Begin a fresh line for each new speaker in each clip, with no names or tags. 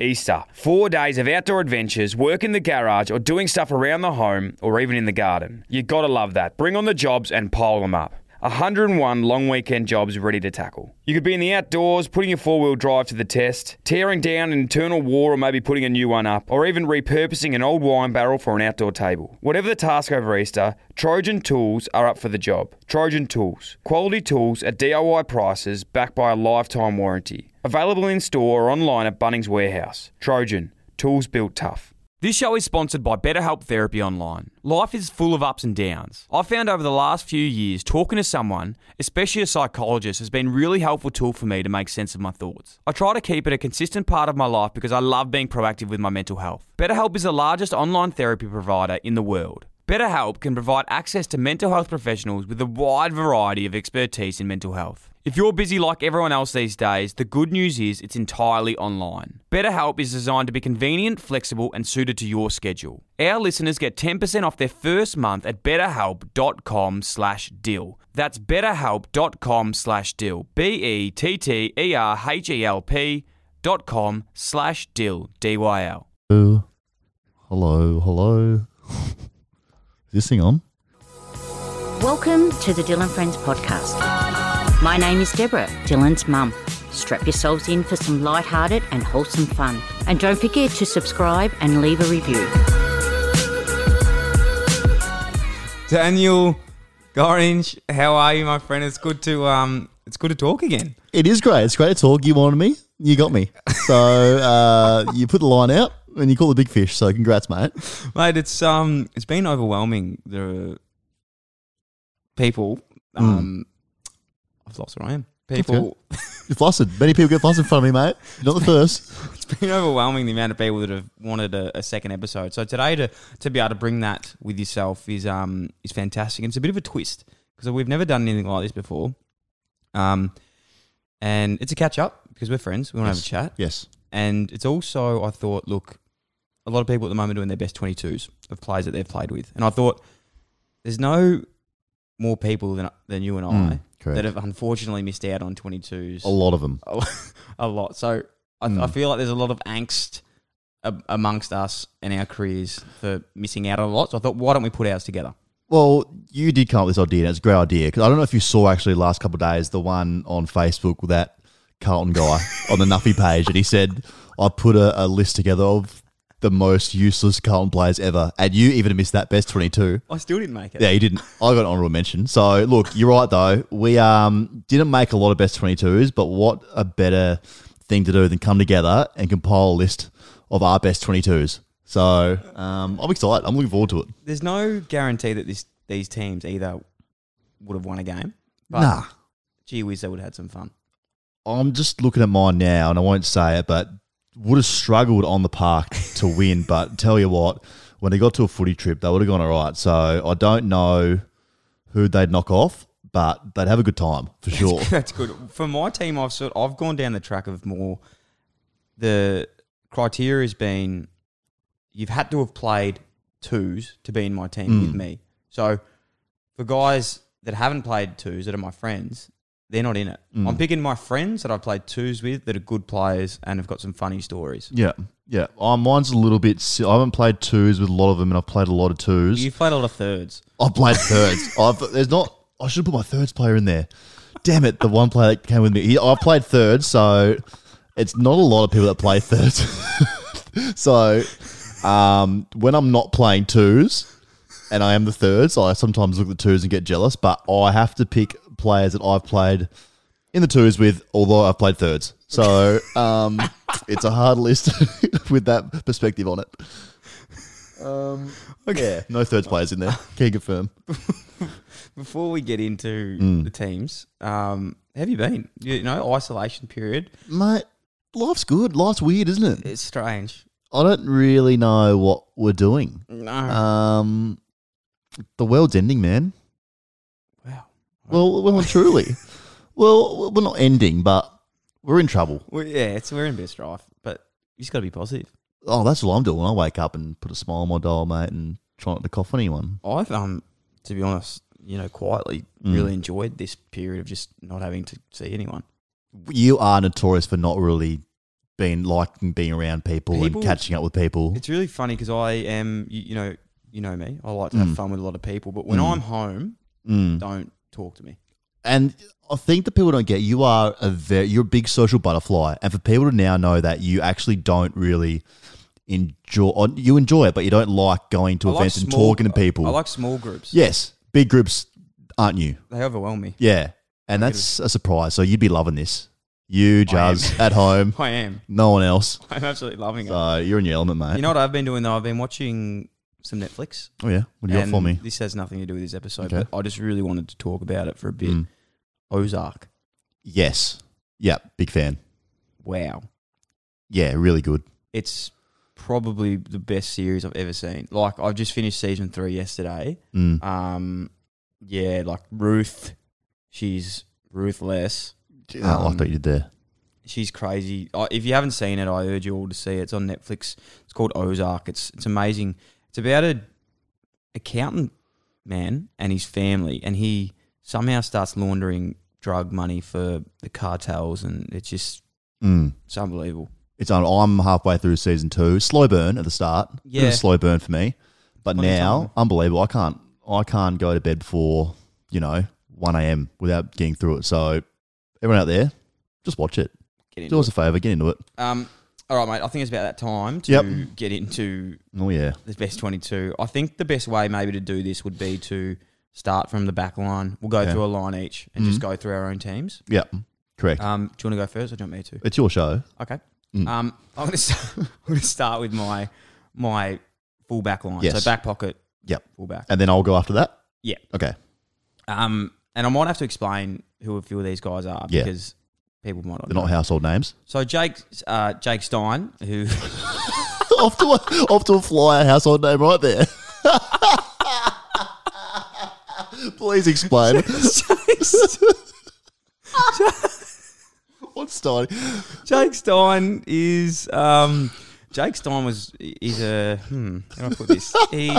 Easter. Four days of outdoor adventures, work in the garage, or doing stuff around the home, or even in the garden. You gotta love that. Bring on the jobs and pile them up. 101 long weekend jobs ready to tackle. You could be in the outdoors, putting your four wheel drive to the test, tearing down an internal war or maybe putting a new one up, or even repurposing an old wine barrel for an outdoor table. Whatever the task over Easter, Trojan Tools are up for the job. Trojan Tools. Quality tools at DIY prices backed by a lifetime warranty. Available in store or online at Bunnings Warehouse. Trojan. Tools built tough. This show is sponsored by BetterHelp Therapy Online. Life is full of ups and downs. I've found over the last few years, talking to someone, especially a psychologist, has been a really helpful tool for me to make sense of my thoughts. I try to keep it a consistent part of my life because I love being proactive with my mental health. BetterHelp is the largest online therapy provider in the world. BetterHelp can provide access to mental health professionals with a wide variety of expertise in mental health. If you're busy like everyone else these days, the good news is it's entirely online. BetterHelp is designed to be convenient, flexible, and suited to your schedule. Our listeners get 10% off their first month at betterhelp.com slash deal. That's betterhelp.com slash deal. E B-E-T-T-E-R-H-E-L-P E dot com slash deal. D-Y-L.
Hello, hello, hello. Is this thing on?
Welcome to the Dylan Friends podcast. My name is Deborah, Dylan's mum. Strap yourselves in for some light-hearted and wholesome fun. And don't forget to subscribe and leave a review.
Daniel Gorringe, how are you, my friend? It's good to um, it's good to talk again.
It is great. It's great to talk. You wanted me, you got me. So uh, you put the line out and you caught the big fish. So congrats, mate.
Mate, it's um, it's been overwhelming. The people, um, I've lost where I am. People,
You're flustered. Many people get flustered in front of me, mate. You're not the first.
it's been overwhelming the amount of people that have wanted a, a second episode. So today to to be able to bring that with yourself is um is fantastic. And it's a bit of a twist because we've never done anything like this before. Um, and it's a catch up because we're friends. We want to have a chat.
Yes.
And it's also, I thought, look, a lot of people at the moment are doing their best 22s of players that they've played with. And I thought, there's no more people than, than you and I
Hmm, correct.
that have unfortunately missed out on 22s
A Hmm. lot of them.
a lot. So I, I feel like there's a lot of angst a- amongst us and our careers for missing out on a lot. So I thought, why don't we put ours together?
Well, you did come up with this idea, and it's a great idea. Because I don't know if you saw actually last couple of days the one on Facebook with that Carlton guy on the Nuffy page, and he said, "I put a, a list together of the most useless Carlton players ever," and you even missed that best twenty-two.
I still didn't make it.
Yeah, you didn't. I got an honourable mention. So look, you're right though. We um didn't make a lot of best twenty twos, but what a better thing to do than come together and compile a list of our best twenty twos. So um, I'm excited. I'm looking forward to it.
There's no guarantee that this these teams either would have won a game. But
Nah.
gee whiz, they would have had some fun.
I'm just looking at mine now, and I won't say it, but would have struggled on the park to win. but tell you what, when they got to a footy trip, they would have gone all right. So I don't know who they'd knock off, but they'd have a good time for sure.
That's good. For my team, I've sort I've gone down the track of more. The criteria has been you've had to have played twos to be in my team with me. So for guys that haven't played twos that are my friends, they're not in it. I'm picking my friends that I've played twos with that are good players and have got some funny stories.
Yeah, yeah. Oh, mine's a little bit. si- I haven't played twos with a lot of them, and I've played a lot of twos.
You've played a lot of thirds.
I've played thirds. I've there's not. I should have put my thirds player in there. Damn it! The one player that came with me. He, I've played thirds, so it's not a lot of people that play thirds. so um, when I'm not playing twos, and I am the thirds, I sometimes look at the twos and get jealous. But I have to pick players that I've played in the twos with, although I've played thirds. So um, it's a hard list with that perspective on it. Yeah, no thirds players in there. Can confirm.
Before we get into the teams, um, have you been? You know, isolation period.
Mate, life's good. Life's weird, isn't it?
It's strange.
I don't really know what we're doing.
No.
Um, the world's ending, man.
wow.
Well, well, and truly. well, we're not ending, but we're in trouble.
Well, yeah, it's we're in best strife, but you just got to be positive.
Oh, that's all I'm doing. I wake up and put a smile on my dial, mate, and try not to cough on anyone.
I've um, to be honest, you know, quietly really enjoyed this period of just not having to see anyone.
You are notorious for not really been liking being around people,
People-
and catching up with people.
It's really funny because I am, you, you know, you know me. I like to have fun with a lot of people, but when I'm home, don't talk to me.
And I think that people don't get you are a very, you're a big social butterfly, and for people to now know that you actually don't really enjoy or you enjoy it, but you don't like going to
I like
events and
small-
talking to people.
I like small groups.
yes, big groups aren't you?
They overwhelm me.
Yeah, and that's a surprise. So you'd be loving this, you Jazz at home,
I am.
no one else.
I'm absolutely loving it.
So you're in your element, mate.
You know what I've been doing though? I've been watching some Netflix.
oh yeah, what do you got
and
for me?
This has nothing to do with this episode,
Okay.
but I just really wanted to talk about it for a bit.
Mm.
Ozark.
Yes, yeah, big fan.
Wow.
Yeah, really good.
It's probably the best series I've ever seen. Like I've just finished season three yesterday.
Mm.
Um, yeah, like Ruth, she's ruthless.
I
um,
liked what you did there.
She's crazy. I- If you haven't seen it, I urge you all to see it. It's on Netflix. It's called Ozark. It's it's amazing. It's about a accountant man and his family, and he somehow starts laundering drug money for the cartels, and it's just
Mm.
it's unbelievable.
It's on. I'm halfway through season two. Slow burn at the start. Bit of
Yeah.
a slow burn for me. But
Plenty of
now,
time.
unbelievable. I can't. I can't go to bed before you know 1 a.m. without getting through it. So everyone out there, just watch it.
Get into
Do us a favor. Get into it.
it. Um, all right, mate. I think it's about that time to
Yep.
get into
Oh yeah.
the best 22. I think the best way maybe to do this would be to start from the back line. We'll go
Okay.
through a line each and
Mm-hmm.
just go through our own teams.
Yeah. Correct.
Um, do you want to go first or do you want me to?
it's your show.
Okay.
Mm.
Um, I'm going to start, I'm gonna start with my my full back line.
Yes.
So back pocket,
Yep.
full back.
And then I'll go after that.
Yeah.
Okay.
Um, and I might have to explain who a few of these guys are
Yeah.
because people might not
They're
know.
not household names.
So Jake, uh, Jake Stein, who
off to a, off to a flyer household name right there. Please explain. What's Stein?
Jake Stein is um, Jake Stein was is a hmm, how do I put this? He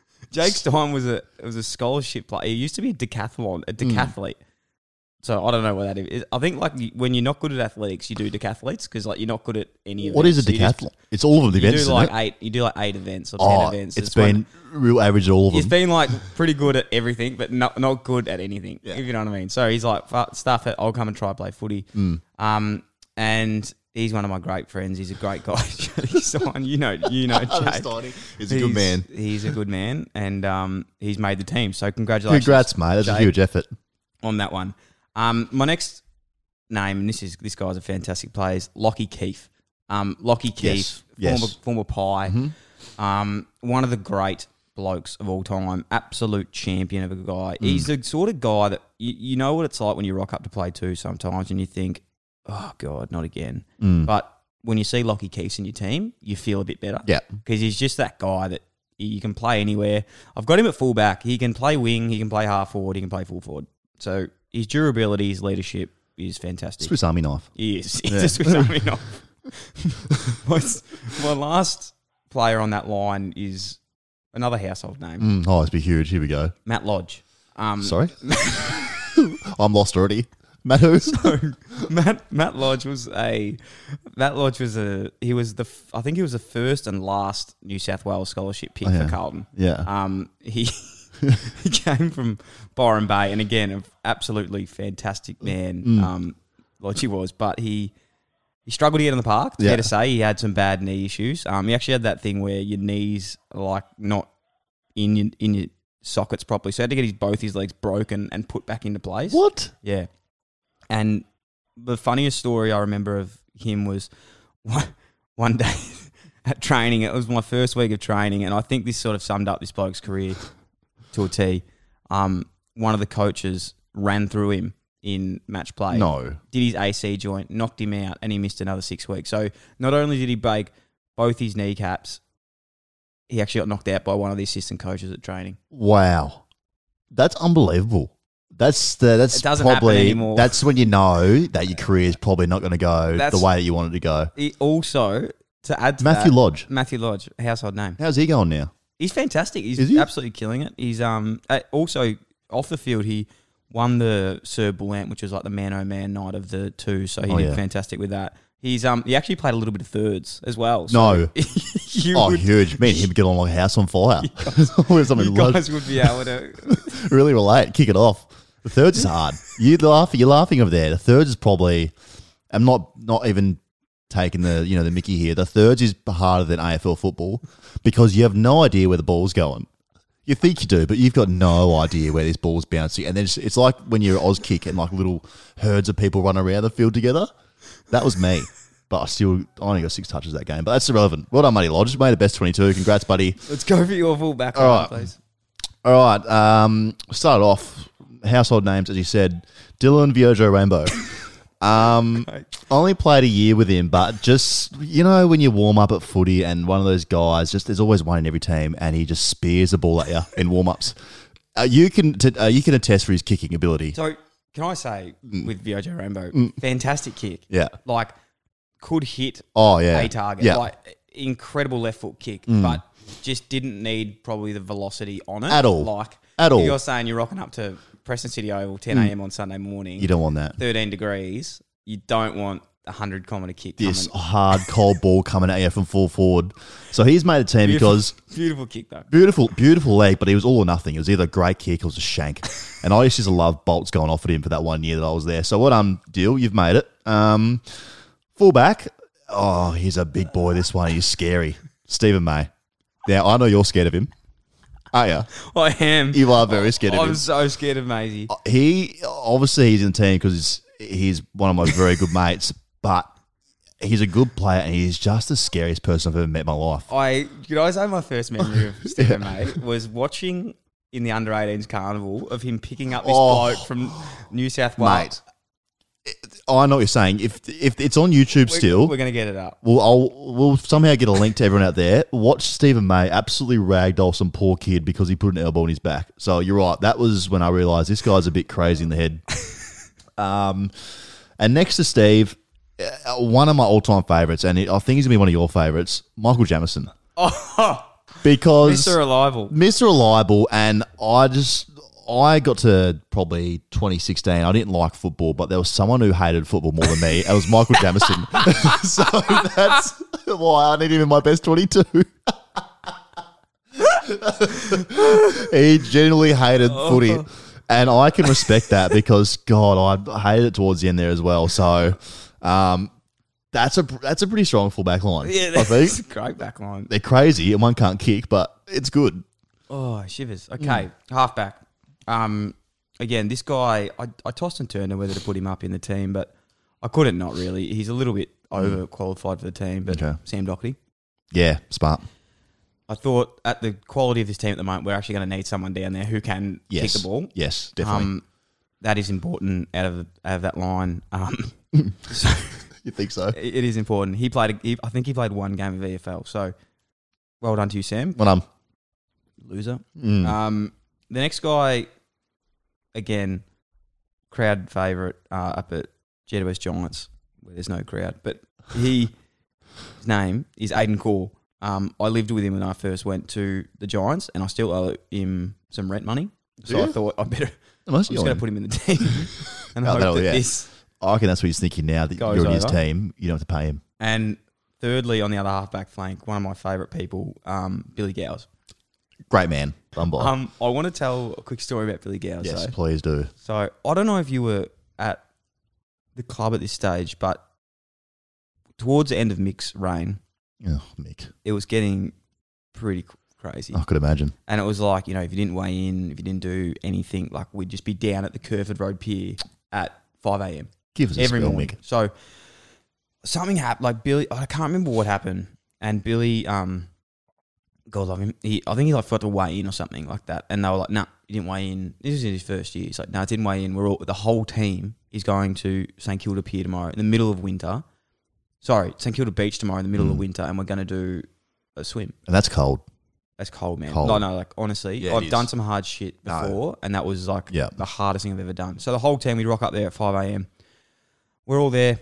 Jake Stein was a was a scholarship player. He used to be a decathlon a
Hmm.
decathlete. So I don't know what that is. I think like you- when you're not good at athletics, you do decathletes because like you're not good at any of
What is a decathlon? It's all of the
You,
events.
just- you
isn't
do like
it?
eight. You do like eight events or ten
Oh,
events.
it's been
one-
real average at all of them.
He's been like pretty good at everything, but not not good at anything. If you know what I mean. So he's like "Fuck, stuff. It. I'll come and try play footy.
Mm.
Um, and he's one of my great friends. He's a great guy. he's the one you know. You know,
Adam
Jake.
Stein. He's a good man.
He's a good man, and um, he's made the team. So congratulations
Congrats, mate. That's
Jake.
a huge effort.
on that one. Um, my next name, and this is this guy's a fantastic player, is Lockie Keefe. Um, Lockie Keefe,
Yes, yes. Mm-hmm.
former former Pie, um, one of the great blokes of all time, absolute champion of a guy.
Mm.
He's the sort of guy that you, you know what it's like when you rock up to play two sometimes, and you think, oh god, not again.
Mm.
But when you see Lockie Keefe in your team, you feel a bit better.
Yeah.
because he's just that guy that. You can play anywhere. I've got him at fullback. He can play wing. He can play half forward. He can play full forward. So his durability, his leadership is fantastic.
Swiss Army knife.
He is. He's a Swiss Army knife. my, s- my last player on that line is another household name,
Mm, oh, it's be huge. Here we go.
Matt Lodge. Um,
Sorry, I'm lost already. Matt, who's
Matt Matt Lodge was a Matt Lodge was a he was the f- I think he was the first and last New South Wales scholarship pick
Oh, yeah.
for Carlton.
Yeah.
Um, he he came from Byron Bay, and again, an absolutely
Mm.
fantastic man. Um, Lodge he was, but he he struggled to get in the park. It's
Yeah.
Fair to say, he had some bad knee issues. Um, he actually had that thing where your knees are like not in your, in your sockets properly, so he had to get his both his legs broken and put back into place.
what?
Yeah. And the funniest story I remember of him was one, one day at training, it was my first week of training, and I think this sort of summed up this bloke's career to a T. Um, one of the coaches ran through him in match play.
No.
Did his AC joint, knocked him out, and he missed another six weeks. So not only did he break both his kneecaps, he actually got knocked out by one of the assistant coaches at training.
Wow, that's unbelievable. That's the, that's
It doesn't happen
probably
anymore.
that's when you know that your career is probably not going to go
That's-
the way that you want it to go.
He also, to add to
Matthew
that-
Lodge,
Matthew Lodge, household name.
how's he going now?
He's fantastic. He's
Is he?
absolutely killing it. He's um uh, also off the field. He won the Sir Bullant, which was like the man oh man night of the two. So he
Oh,
did
yeah.
fantastic with that. He's um he actually played a little bit of thirds as well. So
No.
you
Oh,
would,
huge. Me and him get on like a house on fire. Or something
you
like-
guys would be able to.
really relate. Kick it off. The thirds is hard. You laugh. You're laughing over there. The thirds is probably. I'm not not even taking the you know the Mickey here. The thirds is harder than AFL football because you have no idea where the ball's going. You think you do, but you've got no idea where this ball's bouncing. And then it's, it's like when you're Oz kick and like little herds of people run around the field together. That was me. But I still I only got six touches that game. But that's irrelevant. Well done, Matty Lodge. Made the best 22. Congrats, buddy.
Let's go for your full back
All right.
line, please.
All right. Um, started off household names, as you said, Dylan Viojo Rainbow. Um,
Great.
only played a year with him, but just you know when you warm up at footy and one of those guys, just there's always one in every team, and he just spears the ball at you in warm ups. Uh, you can t- uh, you can attest for his kicking ability.
So can I say with Viojo Rainbow, fantastic kick.
Mm. Yeah.
Like could hit
Oh yeah,
a target.
Yeah, Mm.
Like incredible left foot kick, but just didn't need probably the velocity on it
At all.
Like
At all. Mm.
You're saying you're rocking up to Preston City Oval 10 a.m. on Sunday morning.
you don't want that.
13 degrees. You don't want a hundred kilometer kick.
This
coming.
hard cold ball coming at you from full forward. So he's made a team
Beautiful-
because
beautiful kick though.
Beautiful, beautiful leg, but he was all or nothing. It was either a great kick or it was a shank. And I used to love bolts going off at him for that one year that I was there. So what um deal, you've made it. Um fullback. Oh, he's a big boy, this one. He's scary. Stephen May. Now I know you're scared of him. Oh yeah.
I am.
You are very scared of
I'm
him.
so scared of Maisie.
He obviously he's in the team because he's, he's one of my very good mates, but he's a good player and he's just the scariest person I've ever met in my life.
I could I say my first memory of Stephen May was watching in the under 18s carnival of him picking up this
Oh.
bloke from New South
Mate.
Wales.
I know what you're saying. If if it's on YouTube
We're-
still,
we're, gonna get it up.
We'll, I'll, we'll somehow get a link to everyone out there. Watch Stephen May absolutely ragdoll some poor kid because he put an elbow on his back. So you're right. That was when I realised this guy's a bit crazy in the head. um, and next to Steve, uh, one of my all-time favourites, and I think he's gonna be one of your favourites, Michael Jamison,
Oh,
because
Mr. Reliable.
Mr. Reliable, and I just I got to probably 2016. I didn't like football, but there was someone who hated football more than me. It was Michael Jamison. so that's why I need him in my best 22. he genuinely hated footy. And I can respect that because God, I hated it towards the end there as well. So, um, that's a that's a pretty strong fullback line.
Yeah,
I think
that's a great back line.
they're crazy and one can't kick, but it's good.
Oh, shivers.
Mm.
Okay, halfback. Um, again, this guy, I, I tossed and turned on whether to put him up in the team, but I couldn't not really. He's a little bit overqualified for the team, but
Mm. Okay.
Sam Doherty.
Yeah, smart.
I thought at the quality of this team at the moment, we're actually going to need someone down there who can
Yes.
kick the ball.
Yes, definitely.
Um, that is important out of out of that line. Um,
you think so?
it it is important. He played. He, I think he played one game of EFL. So, well done to you, Sam.
When I'm
Loser.
mm,
Um, the next guy, again, crowd favorite uh, up at Jetta West Giants, where there's no crowd, but he his name is Aiden Core. Um, I lived with him when I first went to the Giants, and I still owe him some rent money. So I
you?
thought I better.
most
I'm just going to put him in the team, and
Oh,
hope
that'll-
that
yeah.
this.
Oh, I reckon that's what he's thinking now that
Goes
you're on his
over.
team. You don't have to pay him.
And thirdly, on the other halfback flank, one of my favourite people, um, Billy Gowes.
Great man, Bumble.
Um, I want to tell a quick story about Billy Gowes.
Oh. yes,
though.
please do.
So I don't know if you were at the club at this stage, but towards the end of Mick's reign,
Oh, Mick,
it was getting pretty c- crazy.
I could imagine.
And it was like, you know, if you didn't weigh in, if you didn't do anything, like we'd just be down at the Curford Road Pier at 5 a.m.
Give us a
every
spell,
morning.
Mick.
So something happened. Like Billy, I can't remember what happened. And Billy, um, God love him. He, I think he like forgot to weigh in or something like that. And they were like, "No, nah, he didn't weigh in." This is in his first year. He's like, "No, nah, it didn't weigh in." We're all the whole team is going to St Kilda Pier tomorrow in the middle of winter. Sorry, St Kilda Beach tomorrow in the
Mm.
middle of winter, and we're going to do a swim.
And that's cold.
That's cold, man.
Cold.
No, no, like honestly,
Yeah, it
I've
is.
done some hard shit
No.
before, and that was like
Yeah.
the hardest thing I've ever done. So the whole team, we rock up there at five a.m. We're all there.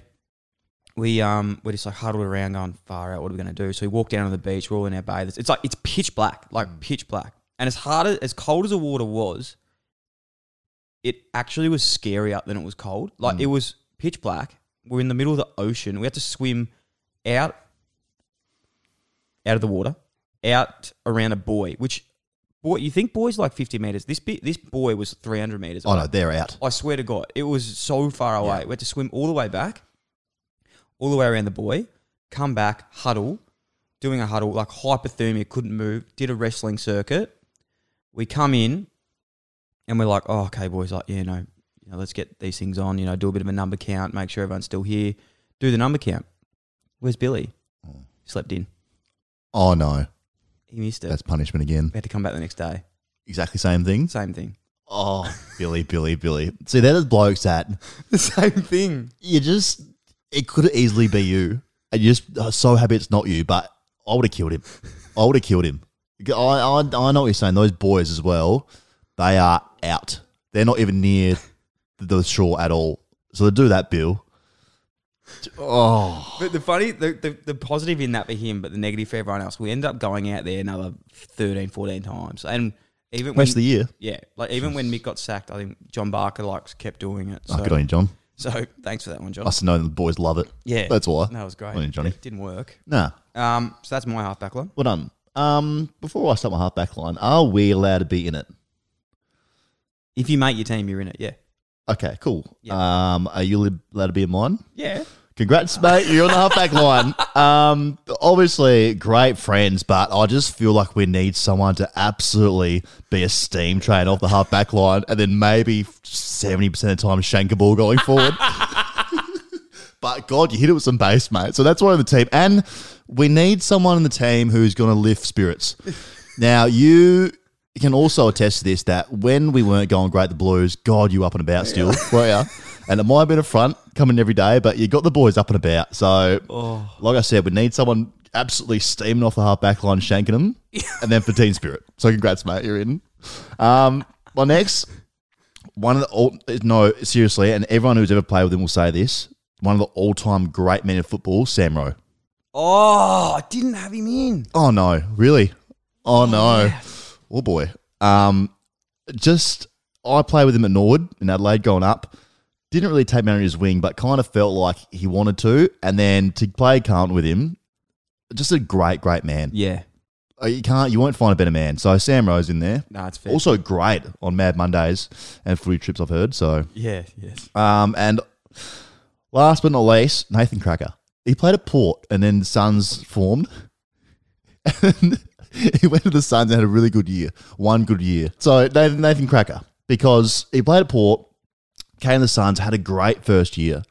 We um, we're just like huddled around, going far out. What are we gonna do? So we walk down to the beach. We're all in our bathers. It's like it's pitch black, like pitch black. And as hard as, as cold as the water was, it actually was scarier than it was cold. Like it was pitch black. We're in the middle of the ocean. We had to swim out out of the water, out around a buoy, which boy you think buoy's like fifty meters. This bit this buoy was three hundred meters.
Oh no, they're out.
I swear to God, it was so far away. We had to swim all the way back, all the way around the buoy, come back, huddle, doing a huddle, like hypothermia, couldn't move, did a wrestling circuit. We come in and we're like, oh, okay, boys, like, yeah, no, you know, let's get these things on, you know, do a bit of a number count, make sure everyone's still here, do the number count. Where's Billy? Slept in.
Oh no,
He missed it.
that's punishment again.
we had to come back the next day.
Exactly same thing.
Same thing.
Oh, Billy, Billy, Billy. See, they're the blokes that
The same thing.
you just it could easily be you, and you're just uh, so happy it's not you. But I would have killed him. I would have killed him. I, I I know what you're saying. Those boys as well, they are out. They're not even near the shore at all. So to do that, Bill. Oh,
But the funny, the, the, the positive in that for him, but the negative for everyone else, we end up going out there another 13, 14 times. And even when,
rest of the year.
yeah, like even when Mick got sacked, I think John Barker like kept doing it. So,
Oh, good on you, John.
so thanks for that one, John.
I still know the boys love it.
yeah,
that's why.
that was great.
Well done, Johnny.
It didn't work.
Nah,
Um, so that's my halfback line.
well done. Um, before I start my halfback line, are we allowed to be in it?
If you make your team, you're in it. Yeah,
Okay, cool. Um, are you li- allowed to be in mine?
yeah.
Congrats, mate. You're on the halfback line. Um, obviously, great friends, but I just feel like we need someone to absolutely be a steam train off the halfback line and then maybe 70% of the time shank a ball going forward. but God, you hit it with some base, mate. So that's one on the team. And we need someone in the team who's going to lift spirits. now, you can also attest to this that when we weren't going great, the Blues, God, you up and about still. Well, yeah. And it might have been a front coming every day, but you got the boys up and about. So, like I said, we need someone absolutely steaming off the half back line, shanking them, and then for team spirit. So, congrats, mate. You're in. Um, my next one of the all no seriously, and everyone who's ever played with him will say this: one of the all-time great men in football, Sam Rowe.
Oh, I didn't have him in.
Oh no, really? Oh no, oh boy. Um, just I played with him at Norwood in Adelaide going up. Didn't really take me under his wing, but kind of felt like he wanted to. And then to play Carlton with him, just a great, great man.
Yeah,
Uh, You can't, you won't find a better man. So Sam Rowe's in there.
no, it's fair.
Also great on Mad Mondays and footy trips. I've heard so.
yeah, yes.
Um, and last but not least, Nathan Cracker. He played at Port and then the Suns formed. And he went to the Suns and had a really good year. One good year. So Nathan, Nathan Cracker, because he played at Port, came to the Suns, had a great first year.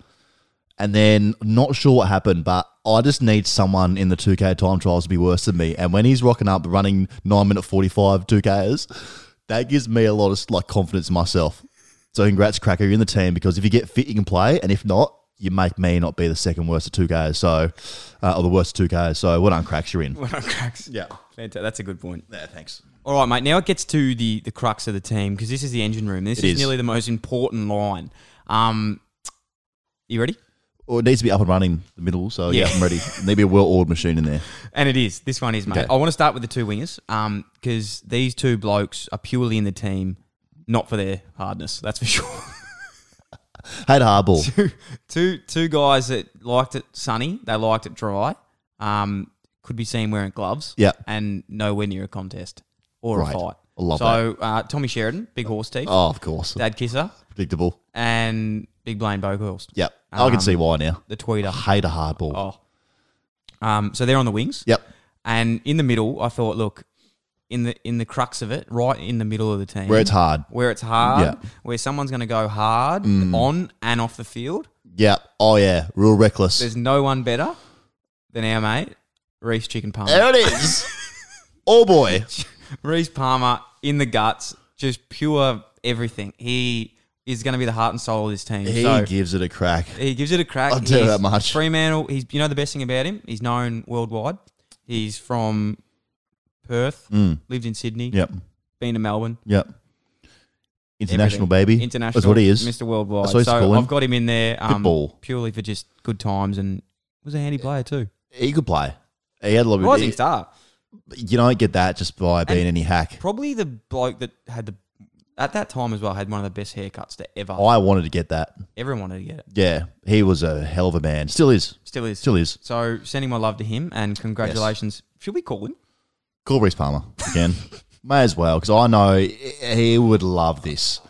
And then not sure what happened, but I just need someone in the 2K time trials to be worse than me. And when he's rocking up running 9 minute 45 2Ks, that gives me a lot of like confidence in myself. So congrats, Cracker, you're in the team because if you get fit, you can play, and if not, you make me not be the second worst of two guys. So, uh, or the worst of two guys. So, what well on cracks you're in?
When I cracks. Yeah, fantastic. That's a good point.
Yeah, thanks.
All right, mate. Now it gets to the the crux of the team because this is the engine room. This
It
is
is.
nearly the most important line. Um, you ready?
Or it needs to be up and running in the middle. So yeah,
Yeah.
I'm ready. Maybe a well-oiled machine in there.
And it is. This one is, mate.
Okay.
I want to start with the two wingers because these two blokes are purely in the team, not for their hardness. That's for sure.
Had hardball.
two, two, two guys that liked it sunny. They liked it dry. Um, could be seen wearing gloves.
Yeah.
And nowhere near a contest or
Right.
a fight.
I love
so, uh, Tommy Sheridan, big horse teeth,
Oh, of course.
dad kisser,
Predictable.
and big Blaine Boghorst,
Yep. I can see why now.
the tweeter.
Hate a hardball.
Um, Oh. Um, so they're on the wings.
Yep.
And in the middle, I thought, look, in the in the crux of it, right in the middle of the team,
Where it's hard.
where it's hard,
Yeah. Mm.
where someone's going to go hard on and off the field.
Yep. Oh yeah. Real reckless.
There's no one better than our mate Reese Chicken
there
Palmer.
it is. oh boy.
Reese Palmer in the guts, just pure everything. He is going to be the heart and soul of this team.
He
so
gives it a crack.
he gives it a crack.
I'll tell you
He's
that much.
Fremantle. He's you know the best thing about him. He's known worldwide. He's from Perth,
Mm.
lived in Sydney,
Yep.
been to Melbourne.
Yep. International
everything.
baby.
International.
That's what he is.
Mr. Worldwide.
That's what he's
so
calling.
I've got him in there um,
ball.
purely for just good times and was a handy player too.
He could play. He had a lot of.
Rising star.
You don't get that just by being any hack.
Probably the bloke that had the At that time as well, I had one of the best haircuts to ever.
I wanted to get that.
Everyone wanted to get it.
Yeah, he was a hell of a man. Still is.
Still is.
Still is.
So sending my love to him and congratulations. Should we call him?
Call Reese Palmer again. May as well, because I know he would love this.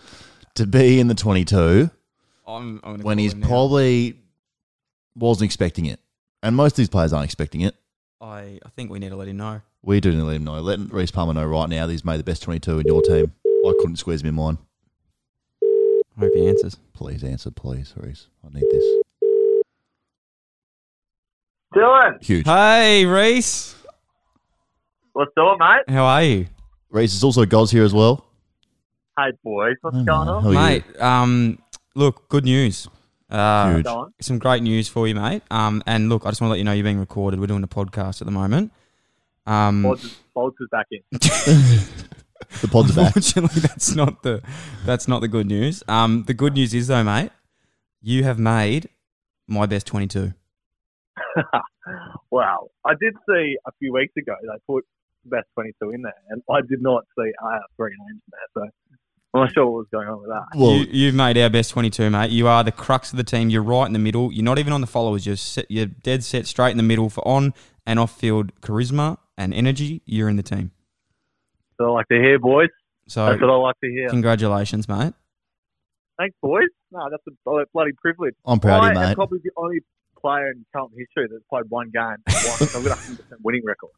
To be in the 22
I'm, I'm
when
gonna call
he's
him now.
probably wasn't expecting it. And most of these players aren't expecting it.
I, I think we need to let him know.
We do need to let him know. Let Reese Palmer know right now that he's made the best 22 in your team. I couldn't squeeze him in mine.
I hope he answers.
Please answer, please, Reese. I need this.
Dylan,
Huge.
Hey, Reese.
what's doing, mate?
How are you?
Reese is also God's here as well.
Hey, boys, what's
Hey,
going
man.
on?
How are you?
mate, um, look, good news. Uh,
Huge.
Don?
some great news for you, mate. Um, and look, I just want to let you know you're being recorded. We're doing a podcast at the moment. Um,
Bolts is, Bolts is back in.
The pods are back.
unfortunately, that's not the that's not the good news. Um, the good news is though, mate, you have made my best 22.
Wow. I did see a few weeks ago they put best 22 in there, and I did not see I have three names in there, so I'm not sure what was going on with that.
Well,
you, you've made our best 22, mate. You are the crux of the team. You're right in the middle. You're not even on the followers. You're set, you're dead set straight in the middle for on and off field charisma and energy. You're in the team.
So I like to hear, boys.
So
That's what I like to hear.
congratulations, mate.
Thanks, boys. No, that's a blo- bloody privilege.
I'm proud
I
of you,
am
mate.
probably the only player in Carlton history that's played one game and won. so I've got a 100% winning record.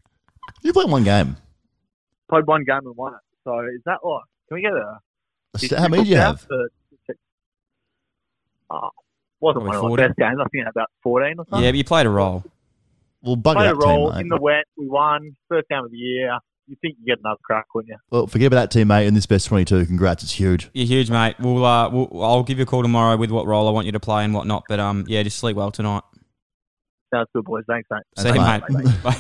you played one game.
Played one game and won it. So is that like, can we get a
How many do you have?
Oh, wasn't
Probably
one of
40.
the best games. I think I had about 14 or something.
Yeah, but you played a role.
Well, bug it
Played a
up, team,
role
mate.
in the wet. We won. First game of the year. You think you get another crack, wouldn't you?
Well, forget about that team, mate, and this best 22. Congrats, it's huge.
You're huge, mate. We'll, uh, we'll I'll give you a call tomorrow with what role I want you to play and whatnot. But um, yeah, just sleep well tonight.
Sounds good, boys. Thanks, mate.
See you, mate.
Thanks,
Bye.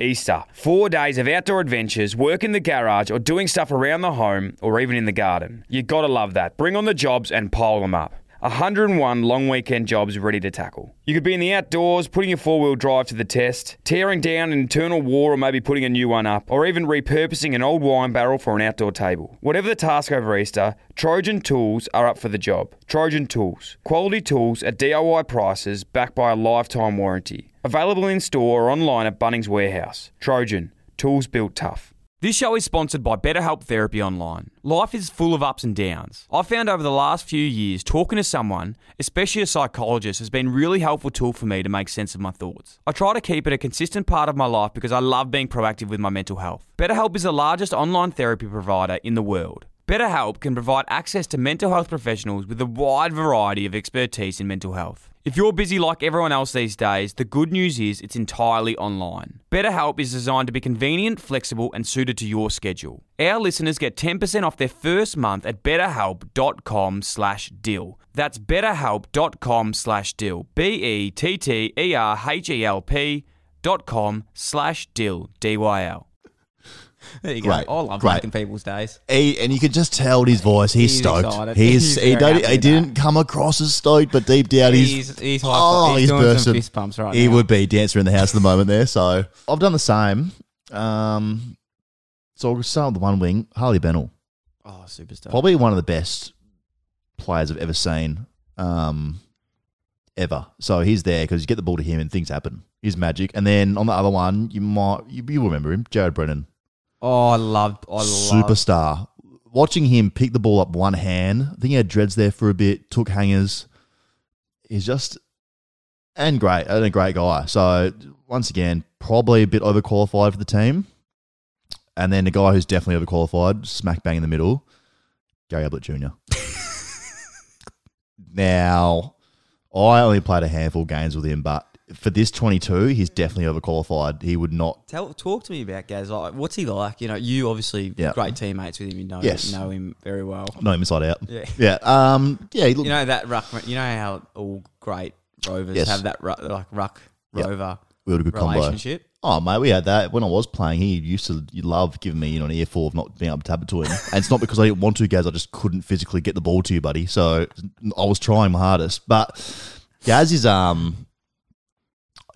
Easter. Four days of outdoor adventures, work in the garage or doing stuff around the home or even in the garden. You gotta love that. Bring on the jobs and pile them up. 101 long weekend jobs ready to tackle. You could be in the outdoors, putting your four wheel drive to the test, tearing down an internal wall or maybe putting a new one up, or even repurposing an old wine barrel for an outdoor table. Whatever the task over Easter, Trojan Tools are up for the job. Trojan Tools. Quality tools at DIY prices backed by a lifetime warranty. Available in store or online at Bunnings Warehouse. Trojan, tools built tough.
This show is sponsored by BetterHelp Therapy Online. Life is full of ups and downs. I've found over the last few years, talking to someone, especially a psychologist, has been a really helpful tool for me to make sense of my thoughts. I try to keep it a consistent part of my life because I love being proactive with my mental health. BetterHelp is the largest online therapy provider in the world. BetterHelp can provide access to mental health professionals with a wide variety of expertise in mental health. If you're busy like everyone else these days, the good news is it's entirely online. BetterHelp is designed to be convenient, flexible, and suited to your schedule. Our listeners get 10% off their first month at betterhelp.com slash deal. That's betterhelp.com slash deal. E B-E-T-T-E-R-H-E-L-P E dot com slash deal. D-Y-L.
There you go.
Great.
I love
Great.
making people's days.
He, and you could just tell in his voice, he's,
He's
stoked.
excited.
He's,
He's
he,
very
don't-
happy
he
about
didn't come across as stoked, but deep down he's
He's- he's high five- he's doing some fist bumps right
Oh, He
now.
would be dancer in the house at the moment there. So I've done the same. Um, so I'll start with one wing, Harley Bennell.
Oh, superstar.
probably one of the best players I've ever seen, um, ever. So he's there because you get the ball to him and things happen. He's magic. And then on the other one, you might you, you remember him, Jared Brennan,
Oh, I loved. I loved.
superstar. Watching him pick the ball up one hand, I think he had dreads there for a bit, took hangers. He's just and great and a great guy. So once again, probably a bit overqualified for the team. And then a guy who's definitely overqualified, smack bang in the middle, Gary Ablett Jr. now, I only played a handful of games with him, but for this 22, he's definitely overqualified. He would not.
Tell, talk to me about Gaz. Like, what's he like? You know, you obviously
Yeah.
great teammates with him. You know,
Yes.
know him very well.
know him inside out.
Yeah.
Yeah. Um, yeah. He looked,
You know that ruck. You know how all great rovers
Yes.
have that ruck, like ruck
Yep.
rover
we had a good combo.
relationship.
Oh mate, we had that when I was playing. He used to love giving me you know an earful of not being able to tap it to him, and it's not because I didn't want to, Gaz. I just couldn't physically get the ball to you, buddy. So I was trying my hardest, but Gaz is um,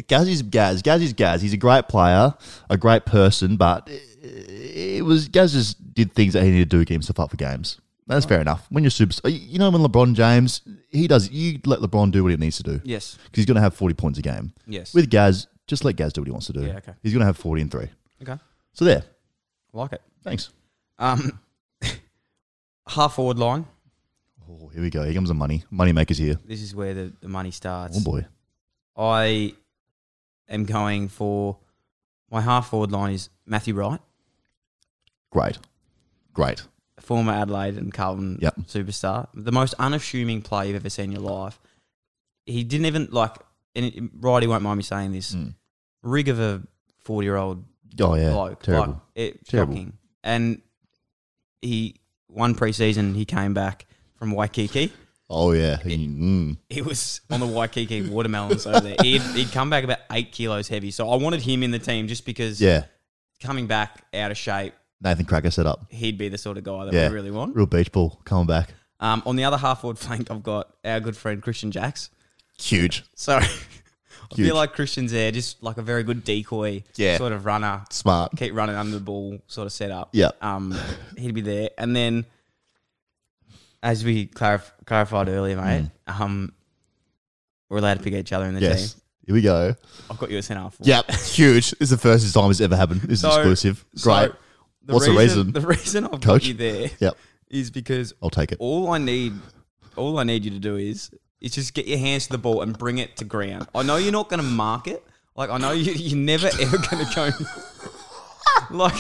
Gaz is Gaz. Gaz is Gaz. He's a great player, a great person, but it, it was Gaz just did things that he needed to do to get himself up for games. That's fair enough. When you're super, you know, when LeBron James, he does, you let LeBron do what he needs to do because
Yes.
he's going to have 40 points a game.
Yes.
With Gaz, just let Gaz do what he wants to do.
Yeah, okay.
He's going to have 40 and three.
okay.
So there.
I like it.
Thanks.
Um, half forward line.
Oh, here we go. Here comes the money. Money makers here.
This is where the, the money starts.
Oh boy.
I am going for my half forward line is Matthew Wright,
Great. Great.
former Adelaide and Carlton
Yep.
superstar, the most unassuming player you've ever seen in your life. He didn't even like, and Righty won't mind me saying this,
Mm.
rig of a forty year old
Oh yeah.
bloke.
Terrible.
Like, it,
Terrible.
Shocking. And he one preseason he came back from Waikiki.
oh yeah. Mm.
He was on the Waikiki watermelons over there. He'd, he'd come back about eight kilos heavy. So I wanted him in the team just because
Yeah.
coming back out of shape,
Nathan Cracker set up.
he'd be the sort of guy that
Yeah.
we really want.
Real beach ball coming back.
Um, on the other half forward flank, I've got our good friend Christian Jacks.
Huge.
So I
Huge.
feel like Christian's there, just like a very good decoy
Yeah.
sort of runner.
Smart.
keep running under the ball sort of setup.
Yeah.
Um, he'd be there, and then as we clarif- clarified earlier, mate, um, we're allowed to pick each other in the
Mm. Yes.
team.
Here we go.
I've got you as centre half. forward.
Yep. Huge. This is the first time it's ever happened. This is
So-
exclusive.
so
Great. What's the reason?
The reason I've
Coach?
got you there is
Yep.
because
I'll take it.
all I need, all I need you to do is, is just get your hands to the ball and bring it to ground. I know you're not going to mark it. Like I know you, you're never ever going to go. like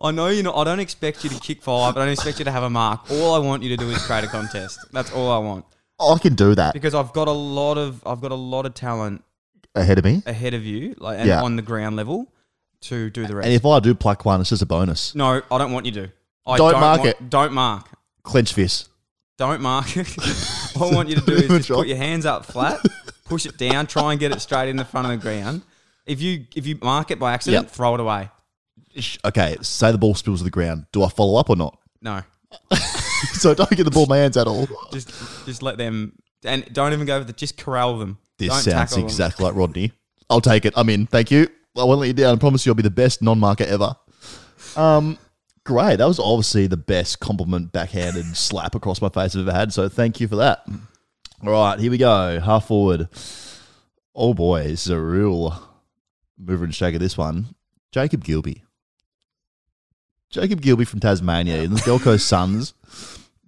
I know you're not. I don't expect you to kick five. I don't expect you to have a mark. All I want you to do is create a contest. That's all I want
I can do that
because I've got a lot of, I've got a lot of talent
ahead of me.
ahead of you, like and
Yeah.
on the ground level to do the rest.
And if I do pluck one, it's just a bonus.
no, I don't want you to. I
Don't mark
want-
it.
Don't mark.
Clench fist.
Don't mark it. All I want you to do is just put your hands up flat, push it down, try and get it straight in the front of the ground. If you if you mark it by accident,
Yep.
throw it away.
Sh- Okay, say the ball spills to the ground. Do I follow up or not?
No,
so I don't get the ball in my hands at all.
just just let them and don't even go with it. Just corral them.
This
don't
sounds
tackle them.
exactly like Rodney. I'll take it. I'm in. Thank you. I won't let you down. I promise you I'll be the best non-marker ever. Um, great. That was obviously the best compliment backhanded slap across my face I've ever had. So thank you for that. All right, here we go. Half forward. Oh boy, this is a real mover and shaker. This one, Jacob Gilby. Jacob Gilby from Tasmania in the Gold Coast Suns.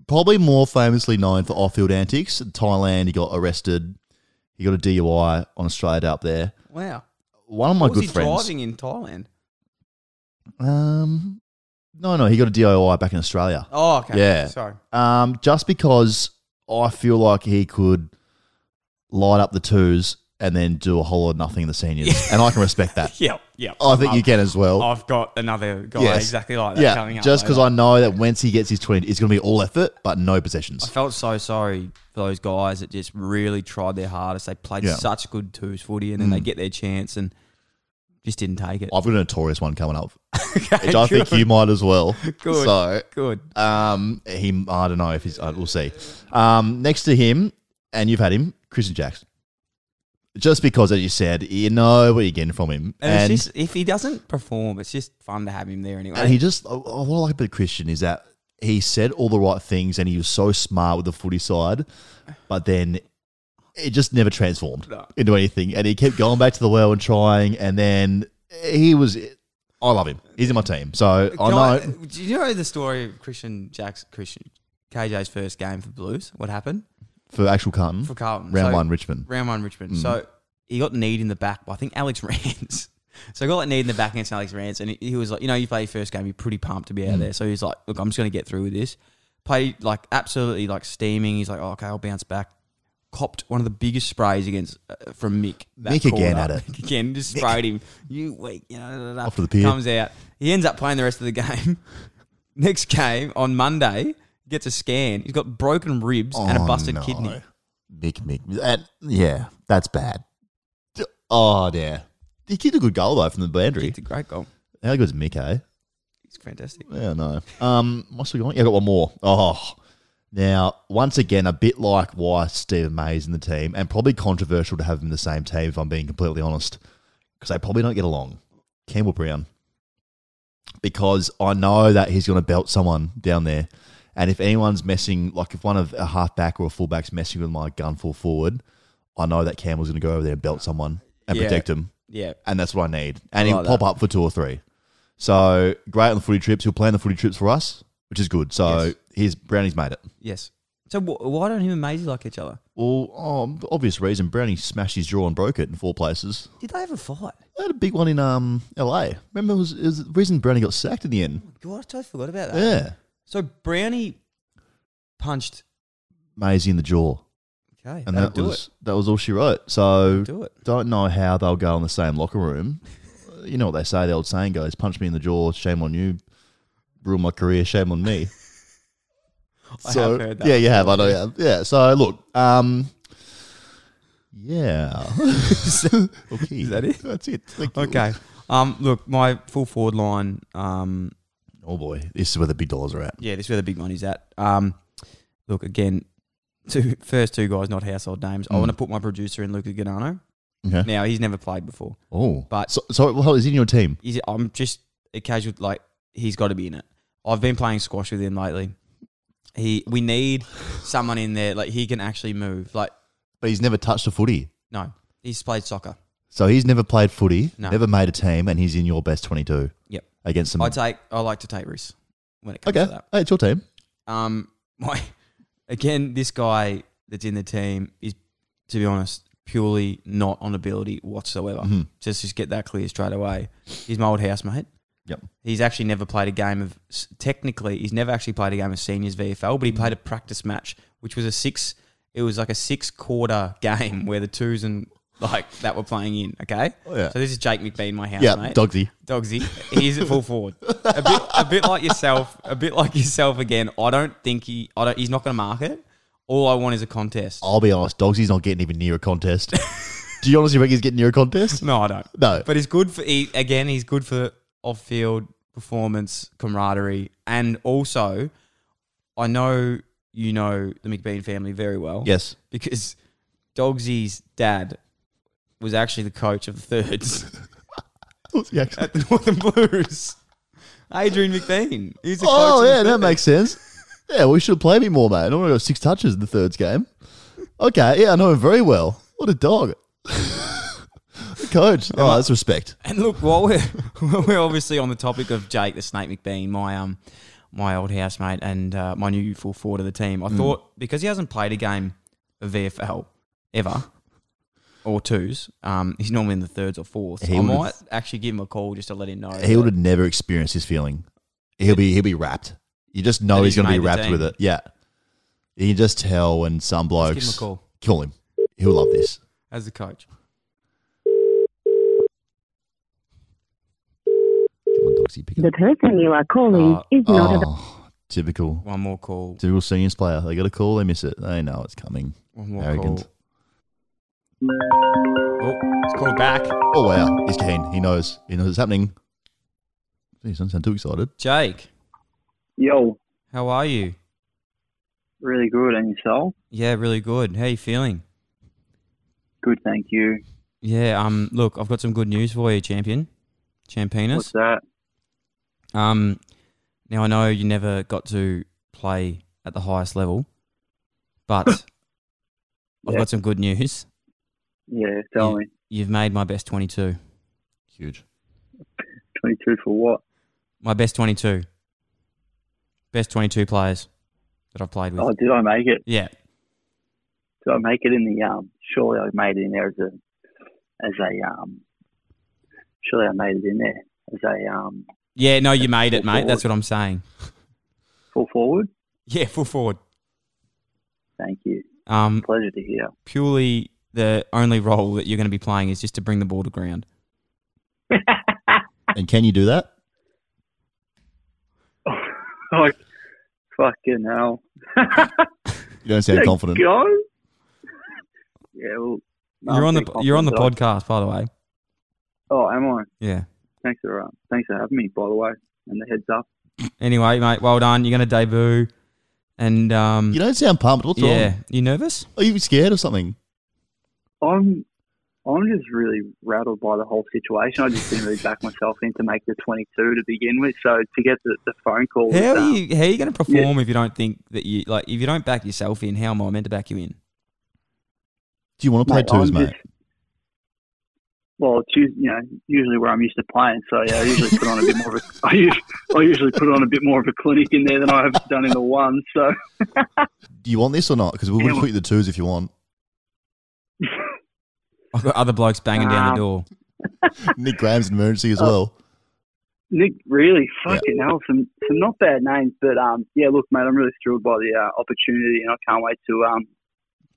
Probably more famously known for off-field antics. In Thailand, he got arrested. He got a DUI on Australia Day up there.
Wow,
One of my
what was
good
he
friends.
driving in Thailand?
Um, no, no, he got a DUI back in Australia.
Oh, okay.
Yeah.
sorry.
Um, just because I feel like he could light up the twos and then do a whole lot of nothing in the seniors, and I can respect that.
Yeah, yeah.
I think you can as well.
I've got another guy
Yes.
Oh, exactly like that coming
yeah,
up.
just because
later.
I know that once he gets his twenty, it's going to be all effort but no possessions.
I felt so sorry for those guys that just really tried their hardest. They played
Yeah. Mm.
such good twos footy, and then they get their chance and just didn't take it.
I've got a notorious one coming up, which I think you might as well.
Good.
So
Good.
Um, he, I don't know if he's. uh, We'll see. Um, next to him, and you've had him, Christian Jacks. Just because, as you said, you know what you're getting from him,
And,
and
it's just, if he doesn't perform, it's just fun to have him there anyway.
and he just. uh, What I like about Christian is that he said all the right things, and he was so smart with the footy side, but then it just never transformed
No.
into anything, and he kept going back to the well and trying, and then he was. I love him. He's in my team, so I
Can I-
know.
do you know the story of Christian Jackson, Christian KJ's first game for Blues? What happened
for actual Carton,
for Carlton?
round
So-
one, Richmond.
Round one, Richmond.
Mm.
So he got kneed in the back by I think Alex Rance. So he got like kneed in the back against Alex Rance, and he, he was like, you know, you play your first game, you're pretty pumped to be out
Mm.
there. So he's like, look, I'm just gonna get through with this. Played like absolutely like steaming. He's like, oh, okay, I'll bounce back. Copped one of the biggest sprays against uh, from Mick. that
Mick again
corner.
at it.
Mick again, just sprayed him. You weak, you know. da, da, da.
Off to the pier.
Comes out. He ends up playing the rest of the game. Next game on Monday, gets a scan. He's got broken ribs and a
Oh,
busted
no.
kidney.
Mick, Mick. That, yeah, that's bad. D- Oh, yeah. He kicked a good goal, though, from the boundary.
It's a great goal.
How good's Mick, eh?
He's fantastic.
Yeah, no. Um, what's we got? Yeah, I got one more. Oh, now, once again, a bit like why Stephen May's in the team, and probably controversial to have him in the same team, if I'm being completely honest, because they probably don't get along. Campbell Brown. Because I know that he's going to belt someone down there, And if anyone's messing, like if one of a halfback or a fullback's messing with my gun full forward, I know that Campbell's going to go over there and belt someone and
Yeah.
protect him.
Yeah.
And that's what I need. And
I
he'll
like
pop up for two or three. So great on the footy trips. He'll plan the footy trips for us, which is good. So
Yes.
he's Brownie's made it.
Yes. So wh- why don't him and Maisie like each other?
Well, oh, obvious reason. Brownie smashed his jaw and broke it in four places.
Did they ever fight? Oh
They had a big one in um LA. Remember, it was, it was the reason Brownie got sacked in the end.
God, I totally forgot about that.
Yeah,
So Brownie punched.
Maisie in the jaw,
Okay,
and
that'll
that
do
was that was all she wrote. So
it. Do it.
don't know how they'll go in the same locker room. You know what they say? The old saying goes, "Punch me in the jaw, shame on you. Ruin my career, shame on me."
I
So-
have heard that.
Yeah, you have. I know. Yeah. yeah. So look, um, yeah. okay.
is that it?
That's it. Thank you.
Okay. Um, look, my full forward line. Um,
Oh boy, this is where the big dollars are at.
yeah, this is where the big money's at. Um, look again, two first two guys, not household names. I
Mm.
want to put my producer in Luca Ganano.
Okay.
Now he's never played before.
Oh,
But-
so, so well, is he in your team?
He's, I'm just a casual like he's got to be in it. I've been playing squash with him lately. He we need someone in there like he can actually move. Like
But he's never touched a footy.
no, he's played soccer.
So he's never played footy,
No.
never made a team, and he's in your best 22.
Yep.
Against some.
I take I like to take risks when it comes
okay.
to that.
Hey, it's your team.
Um, my again, this guy that's in the team is, to be honest, purely not on ability whatsoever.
Mhm.
Just just get that clear straight away. He's my old housemate.
Yep.
He's actually never played a game of s- technically. He's never actually played a game of seniors VFL,
Mm.
but he played a practice match, which was a six. It was like a six quarter game where the twos and like that were playing in. Okay.
Oh, yeah.
So this is Jake McBean, my housemate.
Yeah, Dogsy.
Dogsy, he's at full forward. A bit, a bit like yourself. A bit like yourself again. I don't think he. I don't. He's not going to mark it. All I want is a contest.
I'll be honest, Dogsy's not getting even near a contest. Do you honestly reckon he's getting near a contest?
No, I don't.
No.
But he's good for. He, again, he's good for off-field performance, camaraderie, and also, I know you know the McBean family very well.
Yes.
because Dogsy's dad was actually the coach of the thirds.
What's the accent?
at the Northern Blues. Adrian McBean. He's a
Oh,
coach
yeah,
of the
that makes sense. Yeah, we should play me more, mate. I only got six touches in the thirds game. Okay, yeah, I know him very well. What a dog. Coach. Oh, that's respect.
And look, while we're we're obviously on the topic of Jake the Snake McBean, my um my old housemate and uh, my new full forward of the team,
Mm.
I thought because he hasn't played a game of VFL ever or twos, um, he's normally in the thirds or fourths.
He
I
would've-
might actually give him a call just to let him know.
He
that-
would have never experienced this feeling. He'll be he'll be wrapped. You just know
That
he's
he's
going to be
made the
wrapped
team.
with it. Yeah. You can just tell when some blokes
give him a call.
Call him. He'll love this.
as the coach.
Come on, Doxy, pick it
The
up.
person you are calling
Uh,
is not available.
Oh, typical.
One more call.
Typical seniors player. They got a call, they miss it. They know it's coming.
One more
Arrogant.
call. Oh, it's called back.
Oh wow, he's keen. He knows. He knows it's happening. Geez, don't sound too excited.
Jake,
Yo,
how are you?
really good. And yourself?
Yeah, really good. How you feeling?
Good, thank you.
Yeah, um, look, I've got some good news for you, champion,
What's
championus.
that?
Um, now I know you never got to play at the highest level, but I've
Yeah.
got some good news.
Yeah, tell me.
You've made my best twenty-two.
Huge.
22 for what?
My best twenty-two. Best twenty-two players that I've played with.
Oh, did I make it?
Yeah,
Did I make it in the um? Surely I made it in there as a, as a um. Surely I made it in there as a um
yeah. No, you made it,
Full
mate. That's what I'm saying.
full forward.
Yeah, full forward.
Thank you.
Um,
Pleasure to hear.
purely the only role that you're going to be playing is just to bring the ball to ground.
And can you do that?
like, fucking hell.
You don't sound confident.
Go. yeah. Well, no,
you're
I'm
on the
pretty
you're on the
confident.
podcast, by the way.
Oh, am I?
Yeah.
Thanks for um, thanks for having me. By the way, and the heads up.
Anyway, mate, well done. You're going to debut, and um,
You don't sound pumped. What's
yeah,
wrong?
you nervous?
Are you scared of something?
I'm I'm just really rattled by the whole situation. I just didn't really back myself in to make the 22 to begin with. So to get the, the phone call, was,
How are
um,
you? How are you going to perform if you don't think that you like? If you don't back yourself in, how am I meant to back you in?
Do you want to play
mate,
twos,
I'm
mate?
just- well, it's us- you know, usually where I'm used to playing, so yeah, I usually put on a bit more. Of a, I, usually, I usually put on a bit more of a clinic in there than I have done in the one. So
Do you want this or not? Because we wouldn't put you the twos if you want.
I've got other blokes banging down the
Um,
door.
Nick Graham's an emergency
Oh.
as well.
Nick, really, fucking hell, some some not bad names, but um, yeah, look, mate, I'm really thrilled by the uh, opportunity, and I can't wait to um,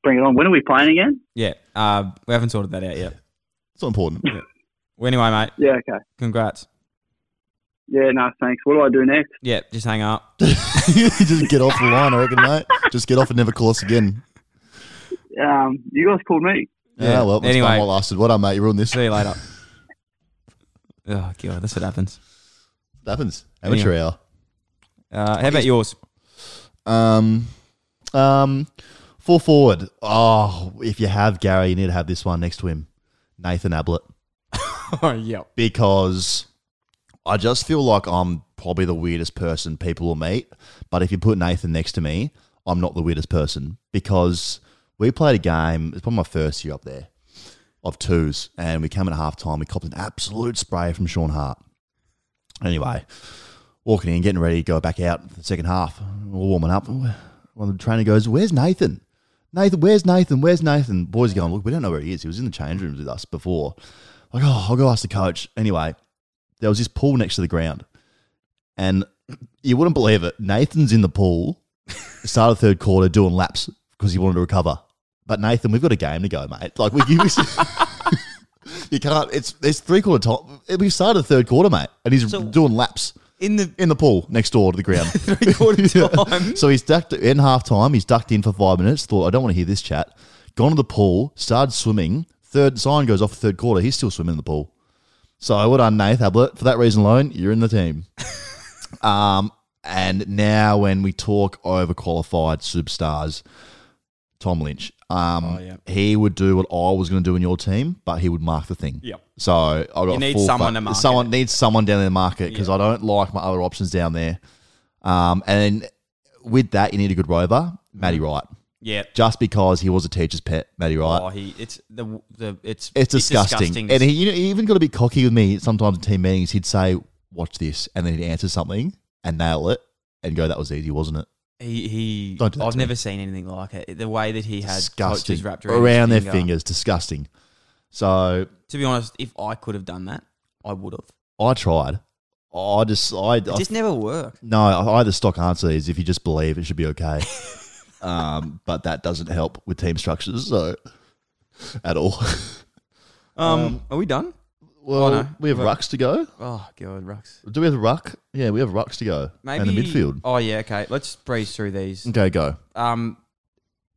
bring it on. When are we playing again?
Yeah, uh, we haven't sorted that out yet.
It's not important.
Well, anyway, mate,
Yeah, okay.
congrats.
Yeah, no, thanks. What do I do next?
Yeah, just hang up.
you just get off the line, I reckon, mate. Just get off and never call us again.
Um, you guys called me.
Yeah, Ah, well, anyway.
Anyway.
fun while it lasted. What well up, mate? You ruined this.
See you later. oh god, that's what happens.
It happens. Amateur hour.
Uh, how about yours?
Um, um, four forward. Oh, if you have Gary, you need to have this one next to him, Nathan Ablett,
oh yeah.
because I just feel like I'm probably the weirdest person people will meet. But if you put Nathan next to me, I'm not the weirdest person because we played a game. It's probably my first year up there of twos, and we came in at halftime. We copped an absolute spray from Sean Hart. Anyway, walking in, getting ready to go back out for the second half. We're warming up. One of the trainer goes, Where's Nathan? Nathan, where's Nathan? Where's Nathan? Boys are going, Look, we don't know where he is. He was in the change rooms with us before. Like, oh, I'll go ask the coach. Anyway, there was this pool next to the ground. And you wouldn't believe it. Nathan's in the pool, start of the third quarter, doing laps because he wanted to recover. But Nathan, we've got a game to go, mate. Like, we, you, you can't, it's, it's three quarter time. We've started the third quarter, mate, and he's doing laps
In the
in the pool next door to the ground.
three quarter time.
so he's ducked in half time. He's ducked in for five minutes. Thought I don't want to hear this chat. Gone to the pool. Started swimming. Third sign goes off third quarter. He's still swimming in the pool. So well done, Nath Ablett. For that reason alone, you're in the team. um, and now when we talk overqualified superstars, Tom Lynch. Um,
Oh,
he would do what I was going to do in your team, but he would mark the thing.
Yep.
So I got
You need
full
someone
fa-
to mark it.
Someone needs someone down there to mark it because I don't like my other options down there. Um, and then with that, you need a good rover,
Mm.
Matty Wright,
Yeah.
just because he was a teacher's pet, Matty Wright.
Oh, he. It's the the. It's
it's disgusting. And he, you know, he even got a bit cocky with me sometimes in team meetings. He'd say, "Watch this," and then he'd answer something and nail it and go, "That was easy, wasn't it?"
he. he
Don't do that
I've
to me.
never seen anything like it. The way that he had
disgusting
coaches wrapped around,
around,
his
their
finger.
fingers. Disgusting. So
To be honest, if I could have done that, I would have.
I tried. I just, I,
It
I
just never worked.
No, I the stock answer is if you just believe it should be okay. um, but that doesn't help with team structures, so at all.
Um,
Um,
are we done?
Well,
Oh, no.
we have
Well-
rucks to go.
Oh god, Rux.
Do we have ruck? Yeah, we have rucks to go.
Maybe
and the midfield. Mm.
Oh yeah, okay. Let's breeze through these.
Okay, go.
Um,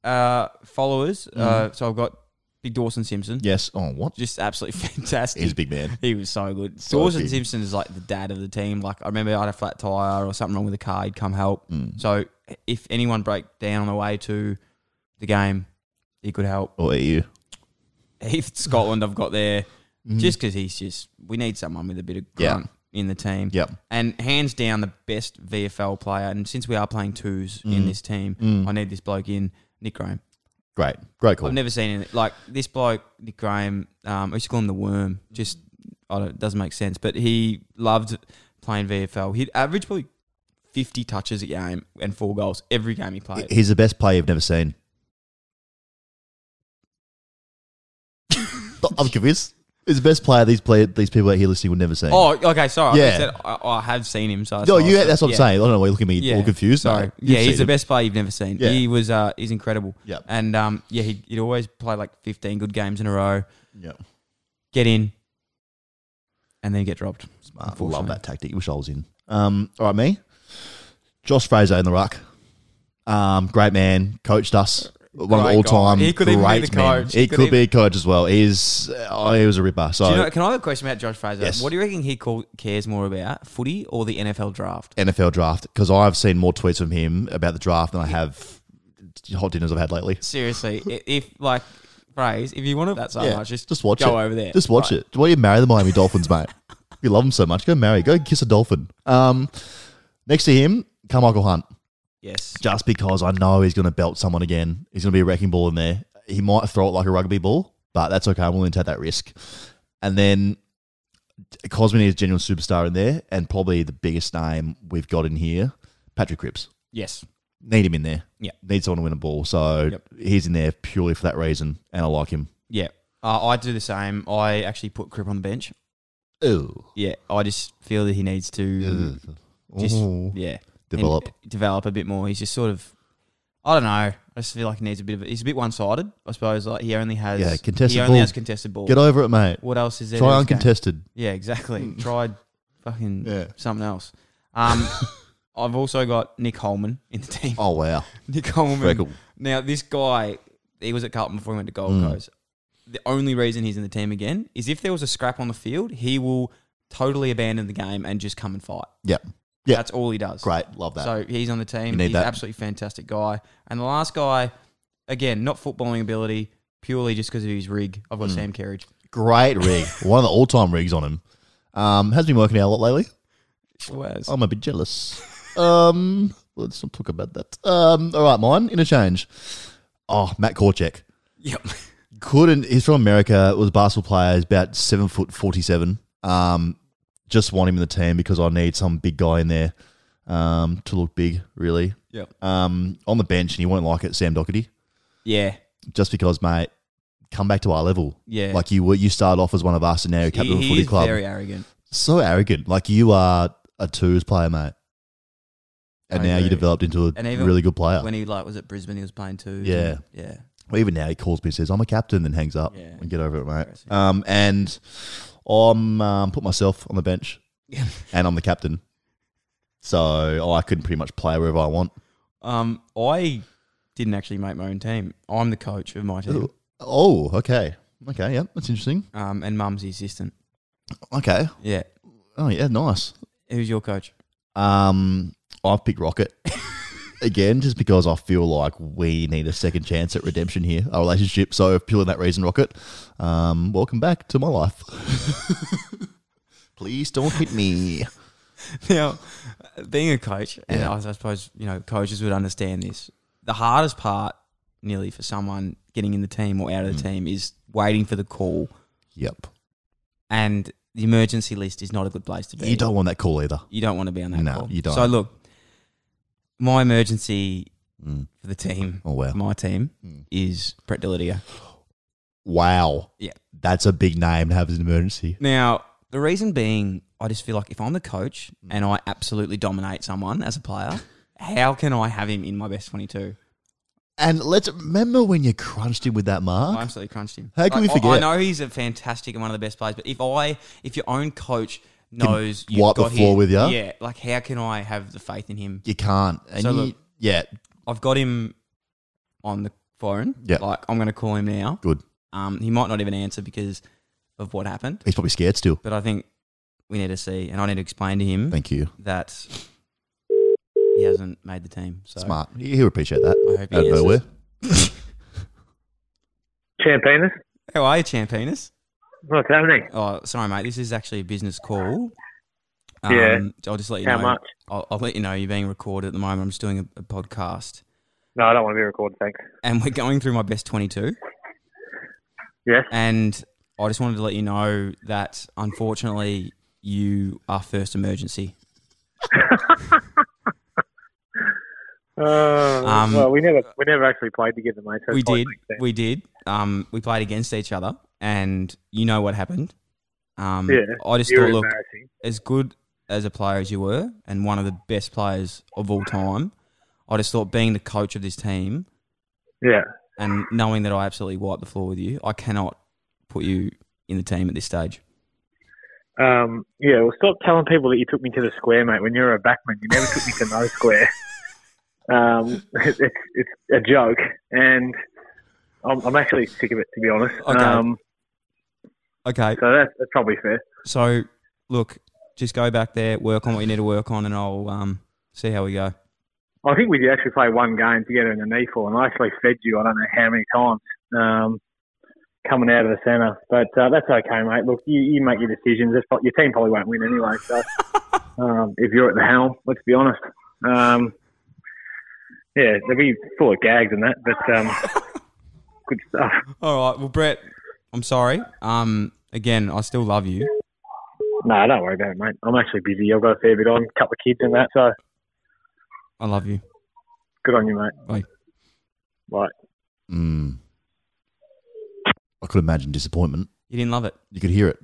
uh, followers.
Mm-hmm.
Uh, so I've got Big Dawson Simpson.
Yes. Oh, what?
just absolutely fantastic.
He's a big man.
He was so good.
So
Dawson
big.
Simpson is like the dad of the team. Like I remember I had a flat tire or something wrong with the car, he'd come help.
Mm.
So if anyone break down on the way to the game, he could help.
Or EU.
If Scotland I've got there, just because he's just we need someone with a bit of
Mm-hmm. Yeah.
grunt in the team.
Yep.
And hands down the best VFL player. And since we are playing twos in this team, I need this bloke in Nick Graham.
Great. Great call.
I've never seen it like this bloke Nick Graham. Um, I used to call him the worm. Just I don't, it doesn't make sense, but he loved playing VFL. He'd average probably fifty touches a game and four goals every game he played.
He's the best player you've never seen. I'm convinced. He's the best player these play, these people out here listening would never see.
oh, okay, sorry. I
Yeah.
said I, I have seen him. So
no,
sorry.
you, that's what I'm
Yeah.
saying. I don't know why you're looking at me all confused.
Sorry.
mate. You've
yeah, he's
seen
the
him.
best player you've never seen.
Yeah.
He was uh, he's incredible.
Yep.
And um, yeah, he'd, he'd always play like fifteen good games in a row,
Yep.
get in, and then get dropped.
Smart. Love
Unfortunately.
that tactic. Wish I was in. Um, all right, me. Josh Fraser in the ruck. Um, great man. Coached us. One of
Great
the all time.
guy. He could even be the coach.
He,
He
could,
could
be a coach as well. He's oh, he was a ripper. So
Do you know, can I have a question about Josh Fraser?
Yes.
What do you reckon he call, cares more about, footy or the NFL draft?
NFL draft because I've seen more tweets from him about the draft than I have hot dinners I've had lately.
Seriously, i- if like phrase, if you want to, that's so
Yeah,
much. Just,
just watch
go
it.
over there.
Just watch it. Why do you marry the Miami Dolphins, mate? you love them so much. Go marry. Go kiss a dolphin. Um, next to him, Carmichael Hunt.
Yes.
Just because I know he's going to belt someone again, he's going to be a wrecking ball in there. He might throw it like a rugby ball, but that's okay. I'm willing to take that risk. And then Cosme is a genuine superstar in there, and probably the biggest name we've got in here, Patrick Cripps.
Yes.
Need him in there.
Yeah.
Need someone to win a ball. So
Yep.
he's in there purely for that reason, and I like him.
Yeah. Uh, I do the same. I actually put Crip on the bench.
Ooh.
Yeah. I just feel that he needs to just,
Ooh.
yeah,
Develop.
and develop a bit more. He's just sort of, I don't know. I just feel like he needs a bit of. He's a bit one sided, I suppose. Like he only has
Yeah, contested
He only
ball.
has contested ball.
Get over it, mate.
What else is there?
Try
to this game?
uncontested.
Yeah, exactly. Try fucking
Yeah.
something else. Um, I've also got Nick Holman in the team.
Oh wow.
Nick Holman.
Freckle.
Now this guy, he was at Carlton before he went to Gold
Mm.
Coast. The only reason he's in the team again is if there was a scrap on the field, he will totally abandon the game and just come and fight.
Yep. Yeah.
That's all he does.
Great. Love that.
So he's on the team.
You need
he's
that.
absolutely fantastic guy. And the last guy, again, not footballing ability, purely just because of his rig. I've got
Mm.
Sam Kerridge.
Great rig. One of the all time rigs on him. Um, has been working out a lot lately.
Where's-
I'm a bit jealous. um, let's not talk about that. Um, all right, mine interchange. Oh, Matt Korchek.
Yep.
couldn't. He's from America. Was a basketball player. He's about seven foot forty-seven. Um, just want him in the team because I need some big guy in there um, to look big, really.
Yep.
Um, on the bench, and he won't like it. Sam Doherty,
Yeah.
just because, mate. Come back to our level.
Yeah.
like you were. You started off as one of us, and now you're captain
He,
of a
he
footy
is
club.
very arrogant.
so arrogant. Like you are a twos player, mate, and
I
now you
agree.
developed into a
And even
really good player.
When he like was at Brisbane, he was playing two.
Yeah.
Yeah.
Well, even now he calls me and says, I'm a captain, then hangs up
Yeah.
and get over it, mate.
Embarrassing.
Um, and I'm um, put myself on the bench
Yeah.
and I'm the captain. So I can pretty much play wherever I want.
Um, I didn't actually make my own team. I'm the coach of my team.
Oh, okay. Okay, yeah, that's interesting.
Um, and Mum's the assistant.
Okay.
Yeah.
Oh, yeah, nice.
Who's your coach?
Um, I've picked Rocket again just because I feel like we need a second chance at redemption here, our relationship. So, purely that reason, Rocket, um, welcome back to my life. Please don't hit me.
now, being a coach, and
Yeah.
I, I suppose you know coaches would understand this. The hardest part, nearly for someone getting in the team or out of the
Mm.
team, is waiting for the call,
Yep.
and the emergency list is not a good place to be.
You don't want that call either.
You don't want to be on that
No,
call.
you don't.
So look, my emergency
Mm.
for the team,
Oh wow!
my team, is Brett Delidio.
Wow.
Yeah.
That's a big name to have as an emergency.
Now, the reason being, I just feel like if I'm the coach and I absolutely dominate someone as a player, how can I have him in my best 22?
And let's remember when you crunched him with that mark.
I absolutely crunched him.
How can
Like,
we
I, I
forget?
know he's a fantastic and one of the best players, but if I, if your own coach knows you've
wipe the
got
floor
him-
with ya?
yeah, like how can I have the faith in him?
you can't. And
So
you,
look-
yeah,
I've got him on the phone.
Yeah.
like I'm going to call him now.
good.
Um, he might not even answer because of what happened,
He's probably scared still.
but I think we need to see, and I need to explain to him
Thank you.
that he hasn't made the team. So
Smart. He- He'll appreciate that.
I hope he
Out of nowhere.
answers.
Campaigners?
How are you, Champinas?
What's happening?
Oh, sorry, mate. This is actually a business call. Um,
Yeah.
I'll just let you
How
know.
much?
I'll, I'll let you know you're being recorded at the moment. I'm just doing a, a podcast,
No, I don't want to be recorded, thanks.
and we're going through my best 22.
Yes?
And I just wanted to let you know that unfortunately you are first emergency.
Uh,
Um,
well, we never we never actually played together, mate. so
we
it's probably
did.
makes sense.
We did. Um, we played against each other, and you know what happened. Um,
Yeah,
I just
You were
thought, look,
embarrassing.
as good as a player as you were, and one of the best players of all time, I just thought being the coach of this team
Yeah.
and knowing that I absolutely wiped the floor with you, I cannot put you in the team at this stage.
Um, yeah, well, stop telling people that you took me to the square, mate. When you were a backman, you never took me to no square. Um, it's, it's a joke, and I'm, I'm actually sick of it, to be honest.
Okay.
Um,
Okay,
so that's, that's probably fair.
so look, just go back there, work on what you need to work on, and I'll um, see how we go.
I think we E did actually play one game together in the knee fall, and I actually fed you I don't know how many times. Um, coming out of the centre. But uh, that's okay, mate. Look, you, you make your decisions. That's, pro- your team probably won't win anyway. So um, if you're at the helm, let's be honest. Um, yeah, they'll be full of gags and that, but um, good stuff.
All right. Well, Brett, I'm sorry. Um, again, I still love you.
No, don't worry about it, mate. I'm actually busy. I've got a fair bit on, couple of kids and that. So
I love you.
good on you, mate.
Bye.
Right.
Mm. I could imagine disappointment.
You didn't love it.
You could hear it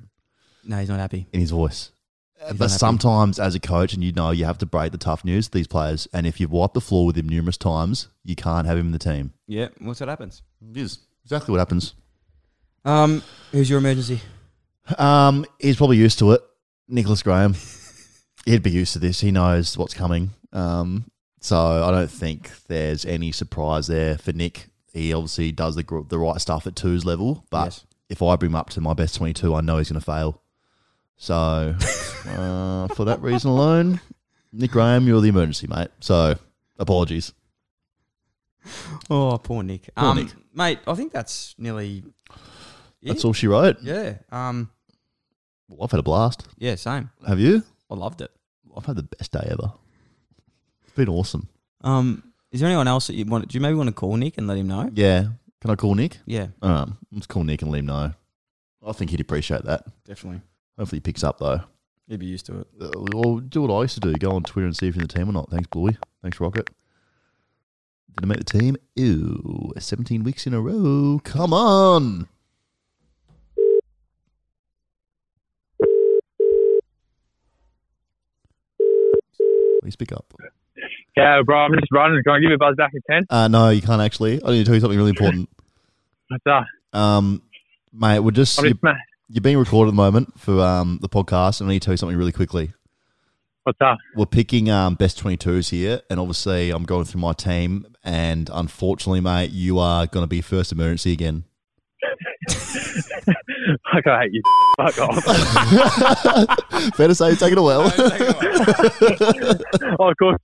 No, he's not happy.
in his voice. but
unhappy.
sometimes, as a coach, and you know, you have to break the tough news to these players. And if you've wiped the floor with him numerous times, you can't have him in the team.
Yeah. What's what happens?
It is exactly what happens.
Um, who's your emergency?
Um, he's probably used to it. Nicholas Graham, he'd be used to this. He knows what's coming. Um, so I don't think there's any surprise there for Nick. He obviously does the gr- the right stuff at twos level, but
Yes.
if I bring him up to my best twenty two, I know he's going to fail. So uh, for that reason alone, Nick Graham, you're the emergency mate. So apologies.
Oh, poor Nick. um,
Nick.
mate, I think that's nearly. Yeah.
That's all she wrote.
Yeah. Um.
Well, I've had a blast.
Yeah. Same.
Have you?
I loved it.
I've had the best day ever. It's been awesome.
Um. Is there anyone else that you want? Do you maybe want to call Nick and let him know?
Yeah. Can I call Nick?
Yeah,
Um, let's call Nick and let him know. I think he'd appreciate that.
definitely.
Hopefully, he picks up though.
He'd be used to it.
Uh, well, do what I used to do: go on Twitter and see if you're in the team or not. Thanks, Bluey. Thanks, Rocket. Did I make the team? Ew, 17 weeks in a row. Come on. Please pick up.
Yeah, bro, I'm just running. Can I give you a buzz back in 10?
Uh, no, you can't actually. I need to tell you something really important.
That's uh,
Um, mate, we're just,
I'm
you're,
just, ma-
you're being recorded at the moment for um, the podcast, and I need to tell you something really quickly.
what's up?
we're picking um, best 22s here, and obviously I'm going through my team, and unfortunately, mate, you are going to be first emergency again.
Fuck, I hate you. Fuck off.
Fair to say, you're taking a well.
oh, of course.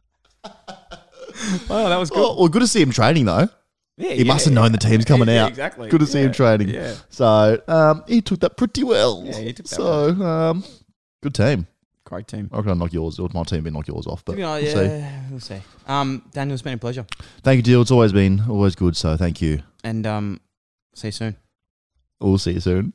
Oh, that was
well, well, good to see him training though.
Yeah,
He must have known the team's coming out.
Exactly.
Good to see him training.
Yeah.
So um, he took that pretty well.
Yeah, he took that
so um, good team.
Great team.
I reckon I knock yours. Or my team didn't knock yours off, but
yeah,
we'll see.
we'll see. Um, Daniel, it's been a pleasure,
Thank you, Deal. It's always been always good. So thank you.
and um, see you soon.
We'll see you soon.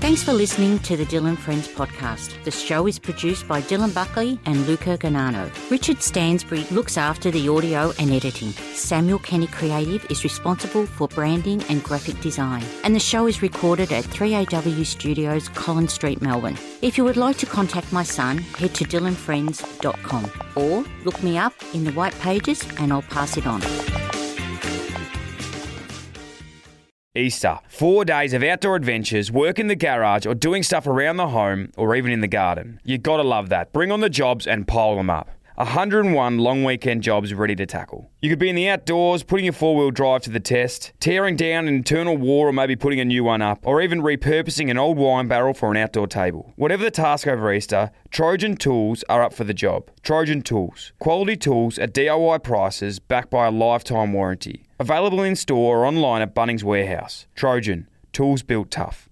Thanks for listening to the Dylan Friends podcast. The show is produced by Dylan Buckley and Luca Ganano. Richard Stansbury looks after the audio and editing. Samuel Kenny Creative is responsible for branding and graphic design. And the show is recorded at 3AW Studios, Collins Street, Melbourne. If you would like to contact my son, head to dylanfriends.com or look me up in the white pages and I'll pass it on.
Easter. Four days of outdoor adventures, work in the garage, or doing stuff around the home or even in the garden. You gotta love that. Bring on the jobs and pile them up. 101 long weekend jobs ready to tackle. You could be in the outdoors, putting your four wheel drive to the test, tearing down an internal wall or maybe putting a new one up, or even repurposing an old wine barrel for an outdoor table. Whatever the task over Easter, Trojan Tools are up for the job. Trojan Tools. Quality tools at DIY prices backed by a lifetime warranty. Available in store or online at Bunnings Warehouse. Trojan, tools built tough.